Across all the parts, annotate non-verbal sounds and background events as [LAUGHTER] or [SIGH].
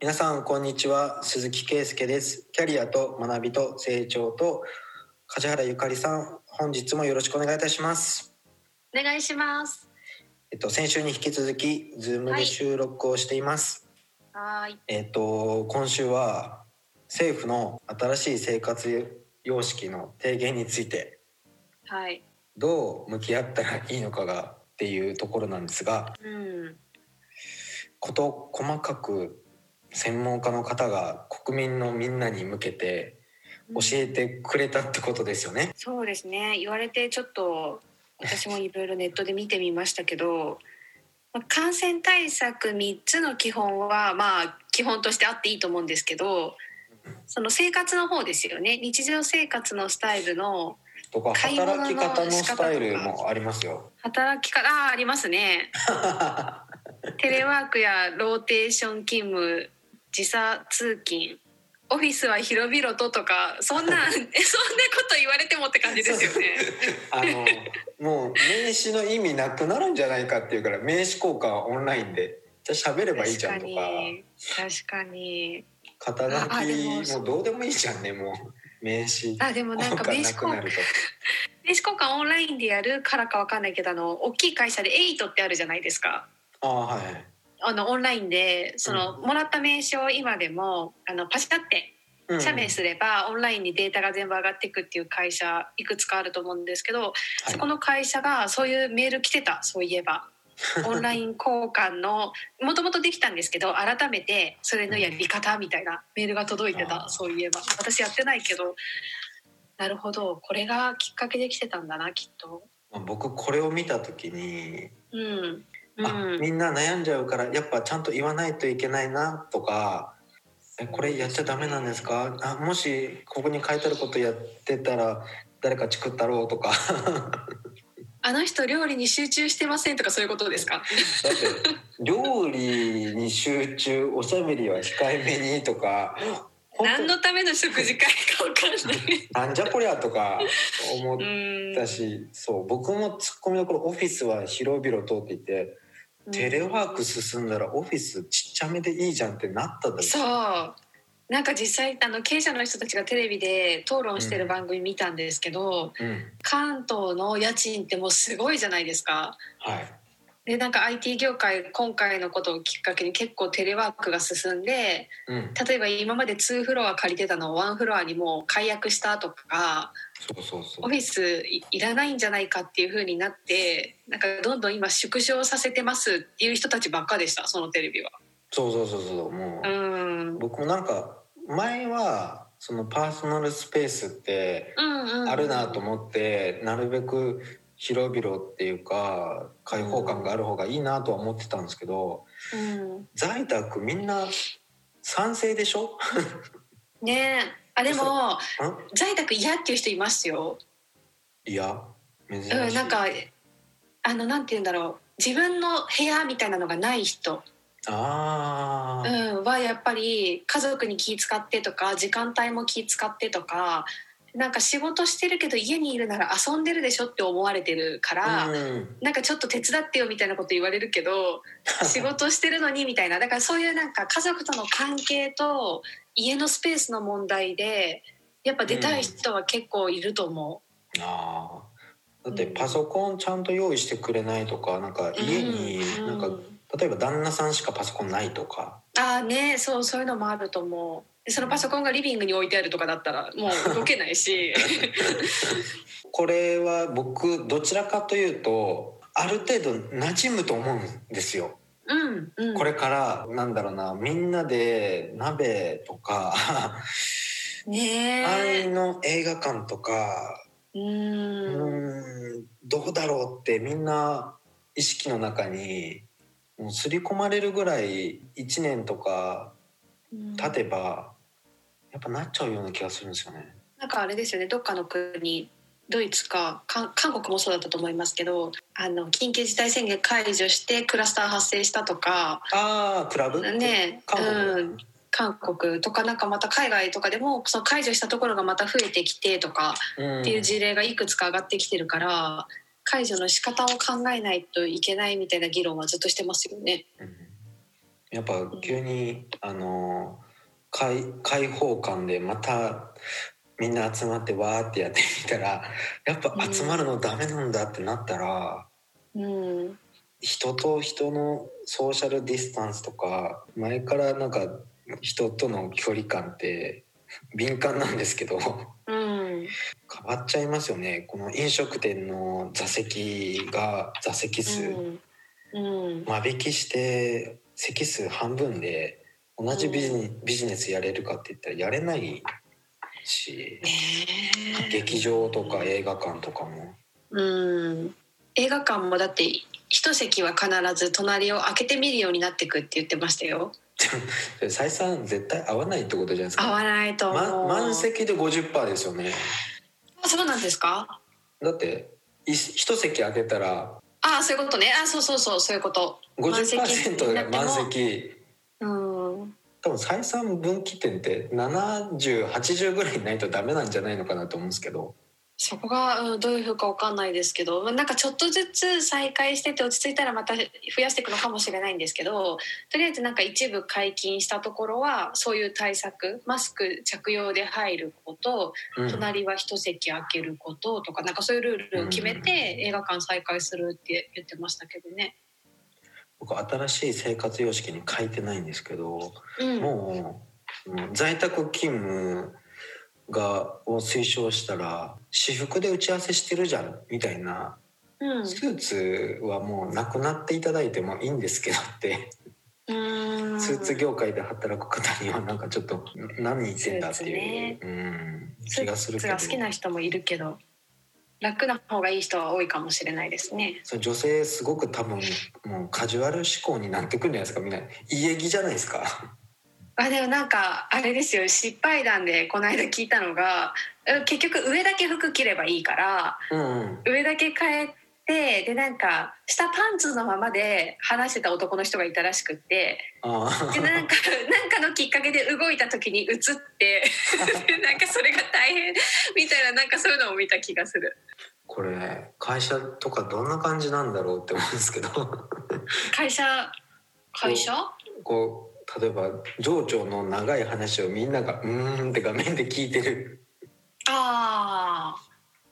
皆さんこんにちは鈴木圭介ですキャリアと学びと成長と梶原ゆかりさん本日もよろしくお願いいたしますお願いします。えっと先週に引き続きズームはでい収録をしています、はーい。えっと今週は政府の新しい生活様式の提言についてはい。どう向き合ったらいいのかがっていうところなんですがうん。こと細かく専門家の方が国民のみんなに向けて教えてくれたってことですよね。そうですね。言われてちょっと私もいろいろネットで見てみましたけど、まあ感染対策3つの基本はまあ基本としてあっていいと思うんですけど、その生活の方ですよね。日常生活のスタイルのとか買い物働のき方のスタイルもありますよ。働き方あーありますね。テレワークやローテーション勤務時差通勤オフィスは広々ととかそ [LAUGHS] んなそんなこと言われてもって感じですよね。あのもう名刺の意味なくなるんじゃないかっていうから名刺交換はオンラインでじゃあ喋ればいい確じゃかんとかに確かに肩あで書もきそうもどうでもいいじゃんねもう名刺あでもなん交か換名刺なく交換な名ると。刺交換オンラインでやるからかわかんないけどあの大きい会社でエイトってあるじゃないですか。ああはい。あのオンラインでその、もらった名刺を今でもあのパシャってうん写メすれば、オンラインにデータが全部上がっていくっていう会社いくつかあると思うんですけど、はいそこの会社がそういうメール来てたそうい [LAUGHS] えばオンライン交換のもともとできたんですけど改めてそれのやり方みたいなメールが届いてあーたそういえば私やってないけどなるほどこれがきっかけできてたんだなきっと。まあ僕これを見た時にうんうあん、みんな悩んじゃうからやっぱちゃんと言わないといけないなとかえこれやっちゃダメなんですかあもしここに書いてあることやってたら誰かチクったろうとか [LAUGHS] だあの人料理に集中してませんとかそういうことですかって料理に集中おしゃべりは控えめにとか本当何のための食事会か分かんないなんじゃこりゃとか思っ [LAUGHS] うんたしそう僕もツッコミどころオフィスは広々とっていてテレワーク進んだらオフィスちっちゃめでいいじゃんってなったんだよそうなんか実際あの経営者の人たちがテレビで討論してる番組見たんですけど、うん関東の家賃ってもうすごいじゃないですか。はいでなんか IT 業界今回のことをきっかけに結構テレワークが進んでうん、例えば今まで2フロア借りてたのを1フロアにもう解約したとかそうそうそうオフィスいいらないんじゃないかっていう風になってなんかどんどん今縮小させてますっていう人たちばっかでしたそのテレビは。そうそうそうそうもうう、ん僕もなんか前はそのパーソナルスペースってああるなと思って、なるべく広々っていうか開放感がある方がいいなとは思ってたんですけど、うん、在宅みんな賛成でしょ [LAUGHS] ねえあでもん在宅嫌っていう人いますよ。いや珍しい、うん、なんかあのなんて言うんだろう自分の部屋みたいなのがない人、あうー、ん、はやっぱり家族に気使ってとか時間帯も気使ってとかなんか仕事してるけど家にいるなら遊んでるでしょって思われてるから、うんなんかちょっと手伝ってよみたいなこと言われる [LAUGHS] けど仕事してるのにみたいなだからそういうなんか家族との関係と家のスペースの問題でやっぱ出たい人は結構いると思う。あーだってパソコンちゃんと用意してくれないとかなんか家にうなんか、例えば旦那さんしかパソコンないとかああねそうそういうのもあると思うでそのパソコンがリビングに置いてあるとかだったらもう動けな [LAUGHS] いしこれは僕どちらかというとある程度馴染むと思うんですよ。うん、うん、これからなんだろうなみんなで鍋とかね安え易の映画館とかううーんーんどうだろうってみんな意識の中にもう刷り込まれるぐらい1年とか経てばやっぱなっちゃうような気がするんですよね。なんかあれですよねどっかの国ドイツかか韓国もそうだったと思いますけどあの緊急事態宣言解除してクラスター発生したとかああクラブね韓国うん韓国とかなんかまた海外とかでもその解除したところがまた増えてきてとかうんっていう事例がいくつか上がってきてるから解除の仕方を考えないといけないみたいな議論はずっとしてますよね。うんやっぱ急に、あの開開放感でまたみんな集まってわーってやってみたらやっぱ集まるのダメなんだってなったら、うん人と人のソーシャルディスタンスとか前からなんか人との距離感って敏感なんですけどうん変わっちゃいますよねこの飲食店の座席が座席数、うん間引きして席数半分で同じビジネビジネスやれるかって言ったらやれないし劇場とか映画館とかもうん映画館もだって一席は必ず隣を開けて見るようになってくって言ってましたよ採算絶対合わないってことじゃないです合か、わないと思う、ま、満席で50%ですよねあそうなんですかだってい一席空けたらあそういうことねあそうそうそうそういうこと50%が満席うん多分採算分岐点って7080ぐらいないとダメなんじゃないのかなと思うんですけどそこが、うん、どういうふうかわかんないですけどまあなんかちょっとずつ再開してて落ち着いたらまた増やしていくのかもしれないんですけどとりあえずなんか一部解禁したところはそういう対策マスク着用で入ることうん隣は一席空けることとかなんかそういうルールを決めて映画館再開するって言ってましたけどね。僕新しい生活様式に書いてないんですけどうん、もううん在宅勤務がを推奨したら私服で打ち合わせしてるじゃんみたいなうんスーツはもうなくなっていただいてもいいんですけどってうんスーツ業界で働く方にはなんかちょっと何言ってんだっていう、うん、気がするスけどーツが好きな人もいるけど楽な方がいい人は多いかもしれないですね。そう女性すごく多分もうカジュアル思考になってくるんじゃないですかみんな家着じゃないですかあでもなんかあれですよ失敗談でこの間聞いたのがえ結局上だけ服着ればいいからうん、うん、上だけ変えてでなんか下パンツのままで話してた男の人がいたらしくってあでーなんかなんかのきっかけで動いた時に映って [LAUGHS] でなんかそれが大変みたいななんかそういうのを見た気がするこれ会社とかどんな感じなんだろうって思うんですけど。会社会社こう例えば上長の長い話をみんなが「うーん」って画面で聞いてる、あ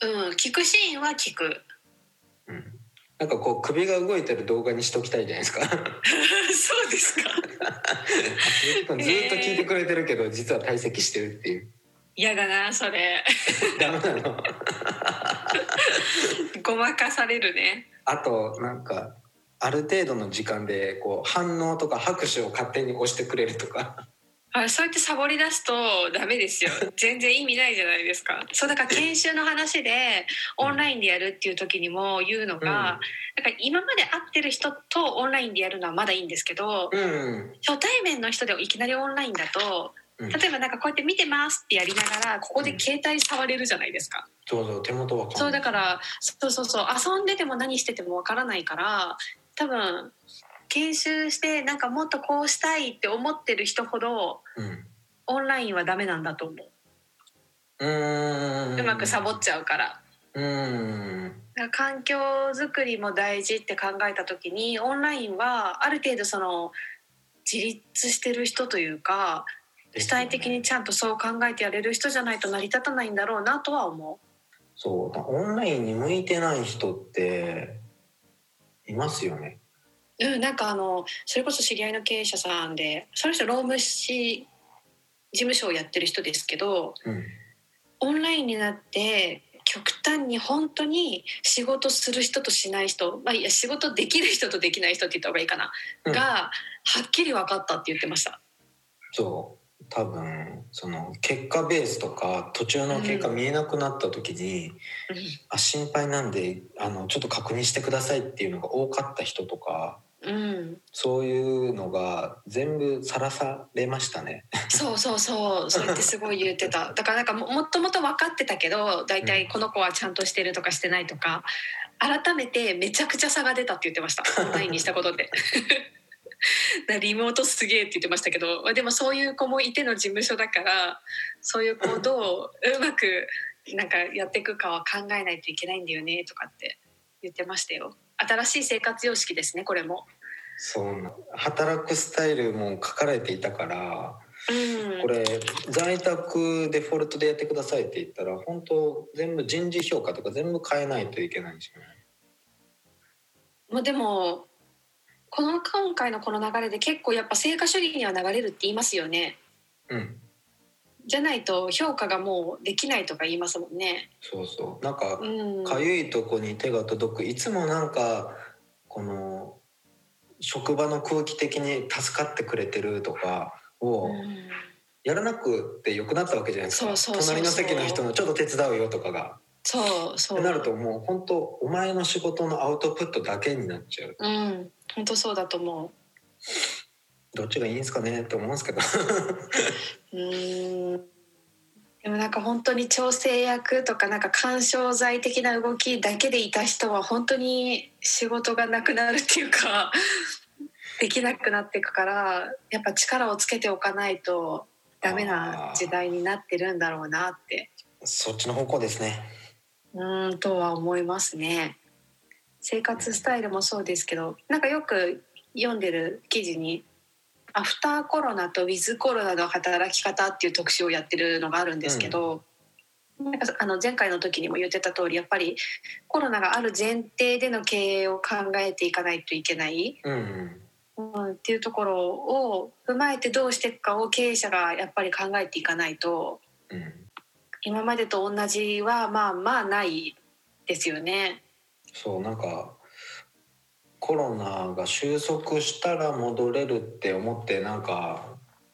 あうん聞くシーンは聞くうん、なんかこう首が動いてる動画にしときたいじゃないで [LAUGHS] すかずっ [LAUGHS] そうですかと聞いてくれてるけど実は退席してるっていう嫌だなそれダメなのごまかされるねあとなんかある程度の時間でこう反応とか拍手を勝手に押してくれるとかあそうやってサボり出すとダメ [LAUGHS] ですよ全然意味ないじゃないですかそうだから研修の話でオンラインでやるっていう時にも言うのが、うんだから今まで会ってる人とオンラインでやるのはまだいいんですけどうん初対面の人でいきなりオンラインだとうん例えばなんかこうやって見てますってやりながらここで携帯触れるじゃないですかそうそう手元わかんないそうだからそうそうそう遊んでても何しててもわからないから多分研修してなんかもっとこうしたいって思ってる人ほどうんオンラインはダメなんだと思ううーんうまくサボっちゃうから。うーんだから環境づくりも大事って考えた時にオンラインはある程度その自立してる人というか主体的にちゃんとそう考えてやれる人じゃないと成り立たないんだろうなとは思そうオンラインに向いてない人っていますよね。う、うん、なんかあのそれこそ知り合いの経営者さんでその人労務士事務所をやってる人ですけどうん、オンラインになって極端に本当に仕事する人としない人、まあ、いや仕事できる人とできない人って言った方がいいかな、うんがはっきり分かったって言ってました。そう多分その結果ベースとか途中の結果見えなくなった時に、あ心配なんであのちょっと確認してくださいっていうのが多かった人とかうん、そういうのが全部さらされましたね。そうそうそうそうやってすごい言って [LAUGHS] ただからなんかももっともっと分かってたけど大体この子はちゃんとしてるとかしてないとか改めてめちゃくちゃ差が出たって言ってま [LAUGHS] したオンラインにしたことでなリモートすげえって言ってましたけどまあでもそういう子もいての事務所だからそういう子をどううまくなんかやっていくかは考えないといけないんだよねとかって言ってましたよ新しい生活様式ですねこれもそうな働くスタイルも書かれていたからうんこれ在宅デフォルトでやってくださいって言ったら本当全部人事評価とか全部変えないといけないしねまあ、でもこの今回のこの流れで結構やっぱ成果主義には流れるって言いますよねうんじゃないと評価がもうできないとか言いますもんね。そうそうなんかうん、かゆいとこに手が届くいつもなんかこの職場の空気的に助かってくれてるとかをうんやらなくてよくなったわけじゃないですか、そうそうそうそう隣の席の人のちょっと手伝うよとかがそうそっう。てなるともう本当お前の仕事のアウトプットだけになっちゃううん本当そうだと思う。どっちがいいんですかねって思うんですけど [LAUGHS] うーんでもなんか本当に調整役とかなんか緩衝材的な動きだけでいた人は本当に仕事がなくなるっていうか [LAUGHS] できなくなっていくからやっぱ力をつけておかないとダメな時代になってるんだろうなってそっちの方向ですねうーんとは思いますね。生活スタイルもそうですけどなんかよく読んでる記事に「アフターコロナとウィズコロナの働き方」っていう特集をやってるのがあるんですけど、なんかあの前回の時にも言ってた通りやっぱりコロナがある前提での経営を考えていかないといけない、うんうんうん、っていうところを踏まえてどうしていくかを経営者がやっぱり考えていかないとうん今までと同じはまあまあないですよね。そうなんかコロナが収束したら戻れるって思ってなんか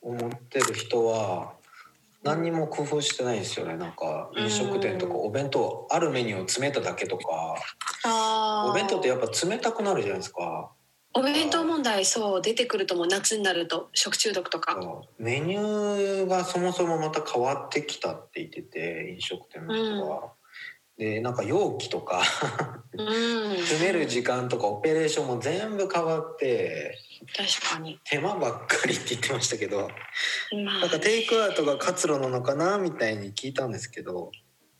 思ってる人は何にも工夫してないですよねなんか飲食店とかうんお弁当あるメニューを詰めただけとかあーお弁当ってやっぱ冷たくなるじゃないですかお弁当問題そう出てくるともう夏になると食中毒とかそうメニューがそもそもまた変わってきたって言ってて飲食店の人は。でなんか容器とかうん詰める時間とかオペレーションも全部変わって確かに手間ばっかりって言ってましたけどまなんかテイクアウトが活路なのかなみたいに聞いたんですけど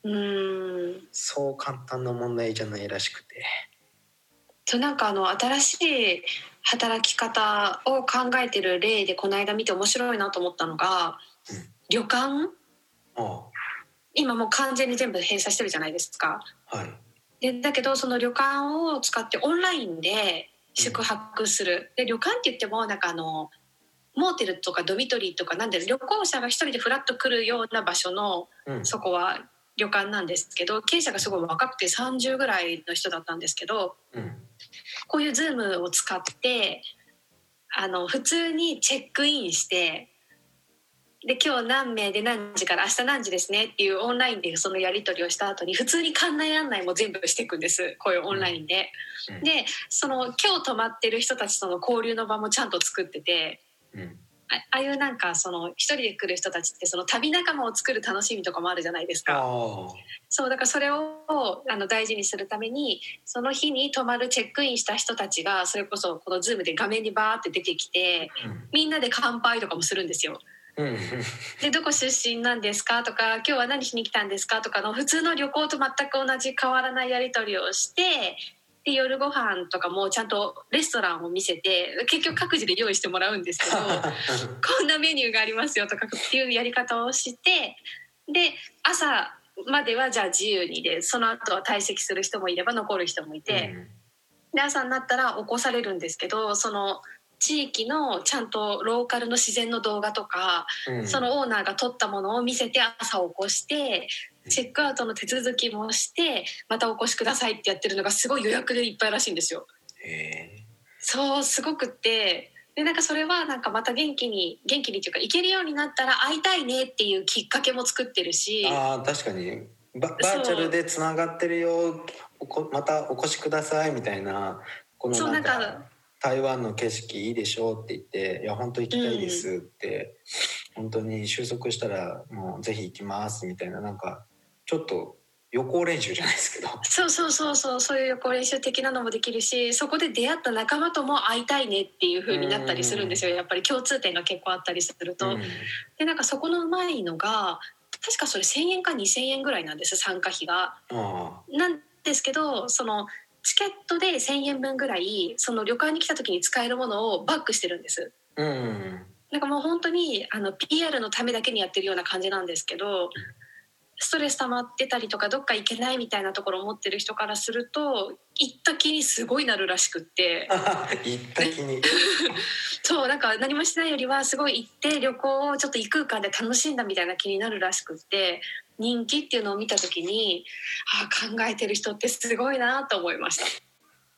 うんそう簡単な問題じゃないらしくてそうなんかあの新しい働き方を考えてる例でこの間見て面白いなと思ったのが、うん旅館あ今もう完全に全部閉鎖してるじゃないですかあはいでだけどその旅館を使ってオンラインで宿泊する、で旅館って言ってもなんかあのモーテルとかドミトリーとかなんで旅行者が一人でフラッと来るような場所のうんそこは旅館なんですけど経営者がすごい若くて30ぐらいの人だったんですけどうんこういう Zoom を使ってあの普通にチェックインしてで今日何名で何時から明日何時ですねっていうオンラインでそのやり取りをした後に普通に館内案内も全部していくんですこういうオンラインで。うんでその今日泊まってる人たちとの交流の場もちゃんと作ってて。うんあああいうなんかその一人で来る人たちってその旅仲間を作る楽しみとかもあるじゃないですあか。あそうだからそれをあの大事にするためにその日に泊まるチェックインした人たちがそれこそこの Zoom で画面にバーって出てきてみんなで乾杯とかもするんですよ。うんうんでどこ出身なんですかとか今日は何しに来たんですかとかの普通の旅行と全く同じ変わらないやり取りをしてで夜ご飯とかもちゃんとレストランを見せて結局各自で用意してもらうんですけど。こんなメニューがありますよとかっていうやり方をしてで朝まではじゃあ自由にでその後は退席する人もいれば残る人もいて、で朝になったら起こされるんですけどその地域のちゃんとローカルの自然の動画とか、 [LAUGHS] うんそのオーナーが撮ったものを見せて朝起こしてうんチェックアウトの手続きもしてまたお越しくださいってやってるのがすごい予約でいっぱいらしいんですよ。へそうすごくってでなんかそれはなんかまた元気に元気にっていうか行けるようになったら会いたいねっていうきっかけも作ってるしえああ確かにババーチャルでつながってるよおこまたお越しくださいみたいなこそのうなんかなんか台湾の景色いいでしょうって言って「いや本当行きたいです」って、本当に収束したらもうぜひ行きますみたいななんかちょっと予行練習じゃないですけどそうそうそうそうそういう予行練習的なのもできるしそこで出会った仲間とも会いたいねっていう風になったりするんですよやっぱり共通点が結構あったりすると。うんでなんかそこのうまいのが確かそれ1,000円か2,000円ぐらいなんです参加費が。ああなんですけどそのチケットで1,000円分ぐらいその旅館に来た時に使えるものをバックしてるんです。うんなんかもう本当にあの PR のためだけにやってるような感じなんですけどストレス溜まってたりとかどっか行けないみたいなところを持ってる人からすると行った気にすごいなるらしくって行った気にそうなんか何もしてないよりはすごい行って旅行をちょっと異空間で楽しんだみたいな気になるらしくって人気っていうのを見た時にああ考えてる人ってすごいなと思いました。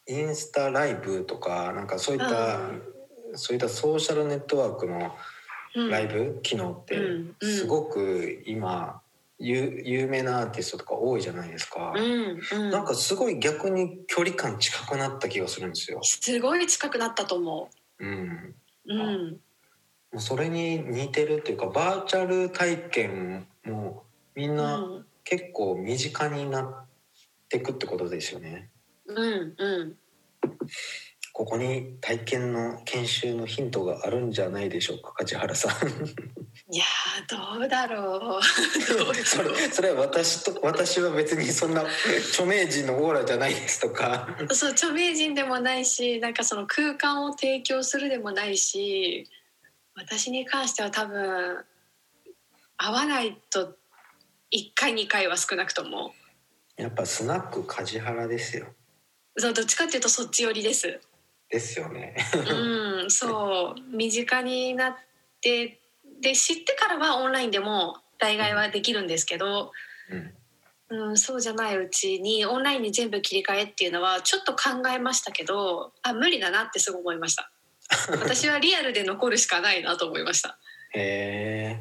インスタライブとかなんかそういった、うんそういったソーシャルネットワークのうんライブ機能っうんてうんすごく今有有名なアーティストとか多いじゃないですか、うんうん、なんかすごい逆に距離感近くなった気がするんですよ、すごい近くなったと思うん、う。うんもうそれに似てるっていうかバーチャル体験もみんうなん結構身近になってくってことですよねうんうんここに体験の研修のヒントがあるんじゃないでしょうか梶原さんいやーどうだろうどうだそろれそれは私と私は別にそんな著名人のオーラじゃないですとかう [LAUGHS] そう著名人でもないしなんかその空間を提供するでもないし私に関しては多分合わないと1回2回は少なくともやっぱスナック梶原ですよそうどっちかっていうとそっち寄りです。ですよねうん、そう身近になってで知ってからはオンラインでも代替はできるんですけど、うんうん、そうじゃないうちにオンラインに全部切り替えっていうのはちょっと考えましたけどあ無理だなってすごい思いました私はリアルで残るしかないなと思いましたへえ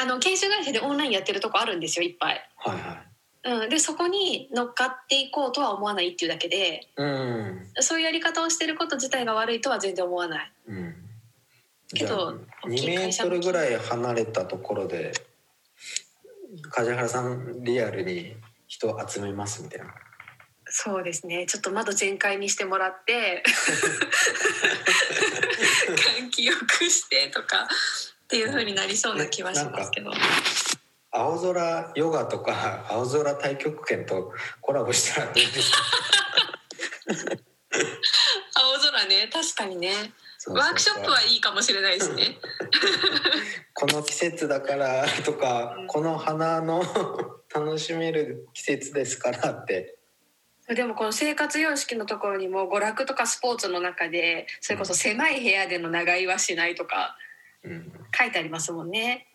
あの研修会社でオンラインやってるとこあるんですよいっぱい、はいはいうん、でそこに乗っかっていこうとは思わないっていうだけでうんそういうやり方をしてること自体が悪いとは全然思わないうんけど大2きいメ会ー社トのルぐらい離れたところで梶原さんリアルに人を集めますみたいなそうですね。ちょっと窓全開にしてもらって、換気よくしてとかっていう風になりそうな気はしますけど。青空ヨガとか [LAUGHS] 青空太極拳とコラボしたらどう [LAUGHS] ですか青空ね、確かにね。そうそうそうワークショップはいいかもしれないですね。この季節だから [LAUGHS] とか、うんこの花の [LAUGHS] 楽しめる季節ですからってでもこの生活様式のところにも娯楽とかスポーツの中で、それこそ狭い部屋での長居はしないとかうん書いてありますもんね。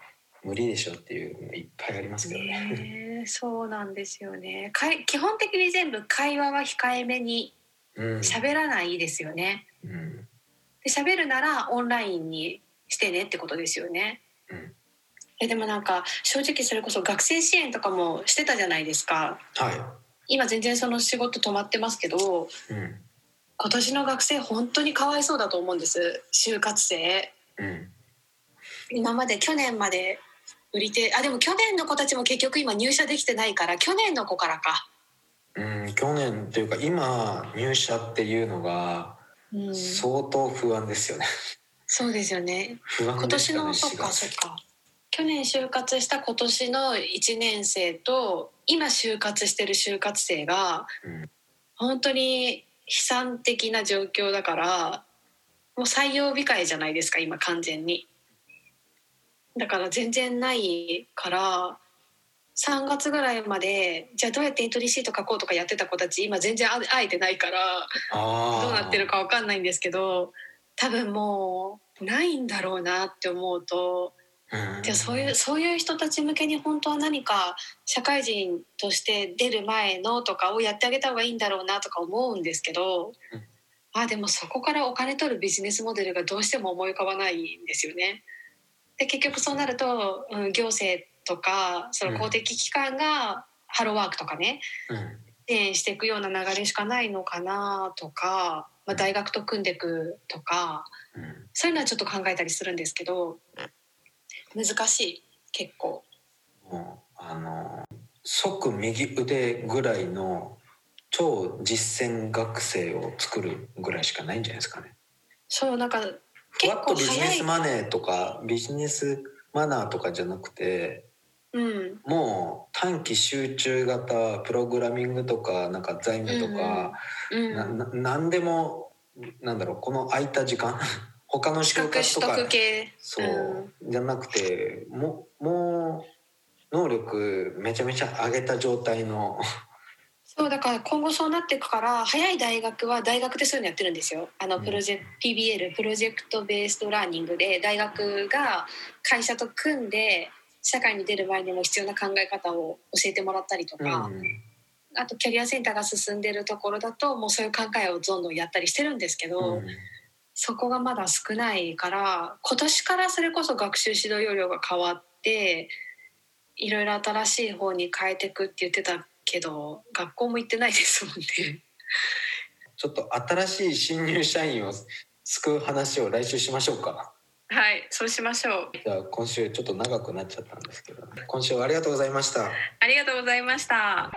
無理でしょっていうのいっぱいありますけどね。ねえそうなんですよね。かい基本的に全部会話は控えめにうん喋らないですよね。うんで喋るならオンラインにしてねってことですよね。うんえでもなんか正直それこそ学生支援とかもしてたじゃないですかは今全然その仕事止まってますけどい、うん今年の学生本当にかわいそうだと思うんです就活生うん、今まで去年まで売り手あでも去年の子たちも結局今入社できてないから去年の子からか、うん、去年というか今入社っていうのがうん、そう相当不安ですよね。ですよね不安今で年したねのそっかそっか去年就活した今年の1年生と今就活してる就活生がうん本当に悲惨的な状況だからもう採用控えじゃないですか今完全にだから全然ないから3月ぐらいまでじゃあどうやってエントリーシート書こうとかやってた子たち今全然あ会えてないからあーどうなってるかわかんないんですけど多分もうないんだろうなって思うとうんじゃあそういうそういう人たち向けに本当は何か社会人として出る前のとかをやってあげた方がいいんだろうなとか思うんですけどうんあでもそこからお金取るビジネスモデルがどうしても思い浮かばないんですよね。で結局そうなると、うん、行政とかその公的機関がハローワークとかねうん支援していくような流れしかないのかなとか、まあ、大学と組んでいくとかうんそういうのはちょっと考えたりするんですけど難しい結構もうあの即右腕ぐらいの超実践学生を作るぐらいしかないんじゃないですかね。そうなんかふ結わっと構ビジネ早いスマネーとかビジネスマナーとかじゃなくてうんもう短期集中型プログラミングとかなんか財務とか、うんなな何でもなんだろうこの空いた時間 [LAUGHS] 他の資就格活と取か得系そう、じゃなくてももう能力めちゃめちゃ上げた状態のそうだから今後そうなっていくから早い大学は大学でそういうのやってるんですよあのプロジェ、PBL プロジェクトベースドラーニングで大学が会社と組んで社会に出る前にも必要な考え方を教えてもらったりとうんか、あとキャリアセンターが進んでるところだともうそういう考えをどんどんやったりしてるんですけうど、んそこがまだ少ないから今年からそれこそ学習指導要領が変わっていろいろ新しい方に変えてくって言ってたけど学校も行ってないですもんね。ちょっと新しい新入社員を救う話を来週しましょうかはいそうしましょうじゃあ今週ちょっと長くなっちゃったんですけど今週はありがとうございましたありがとうございました。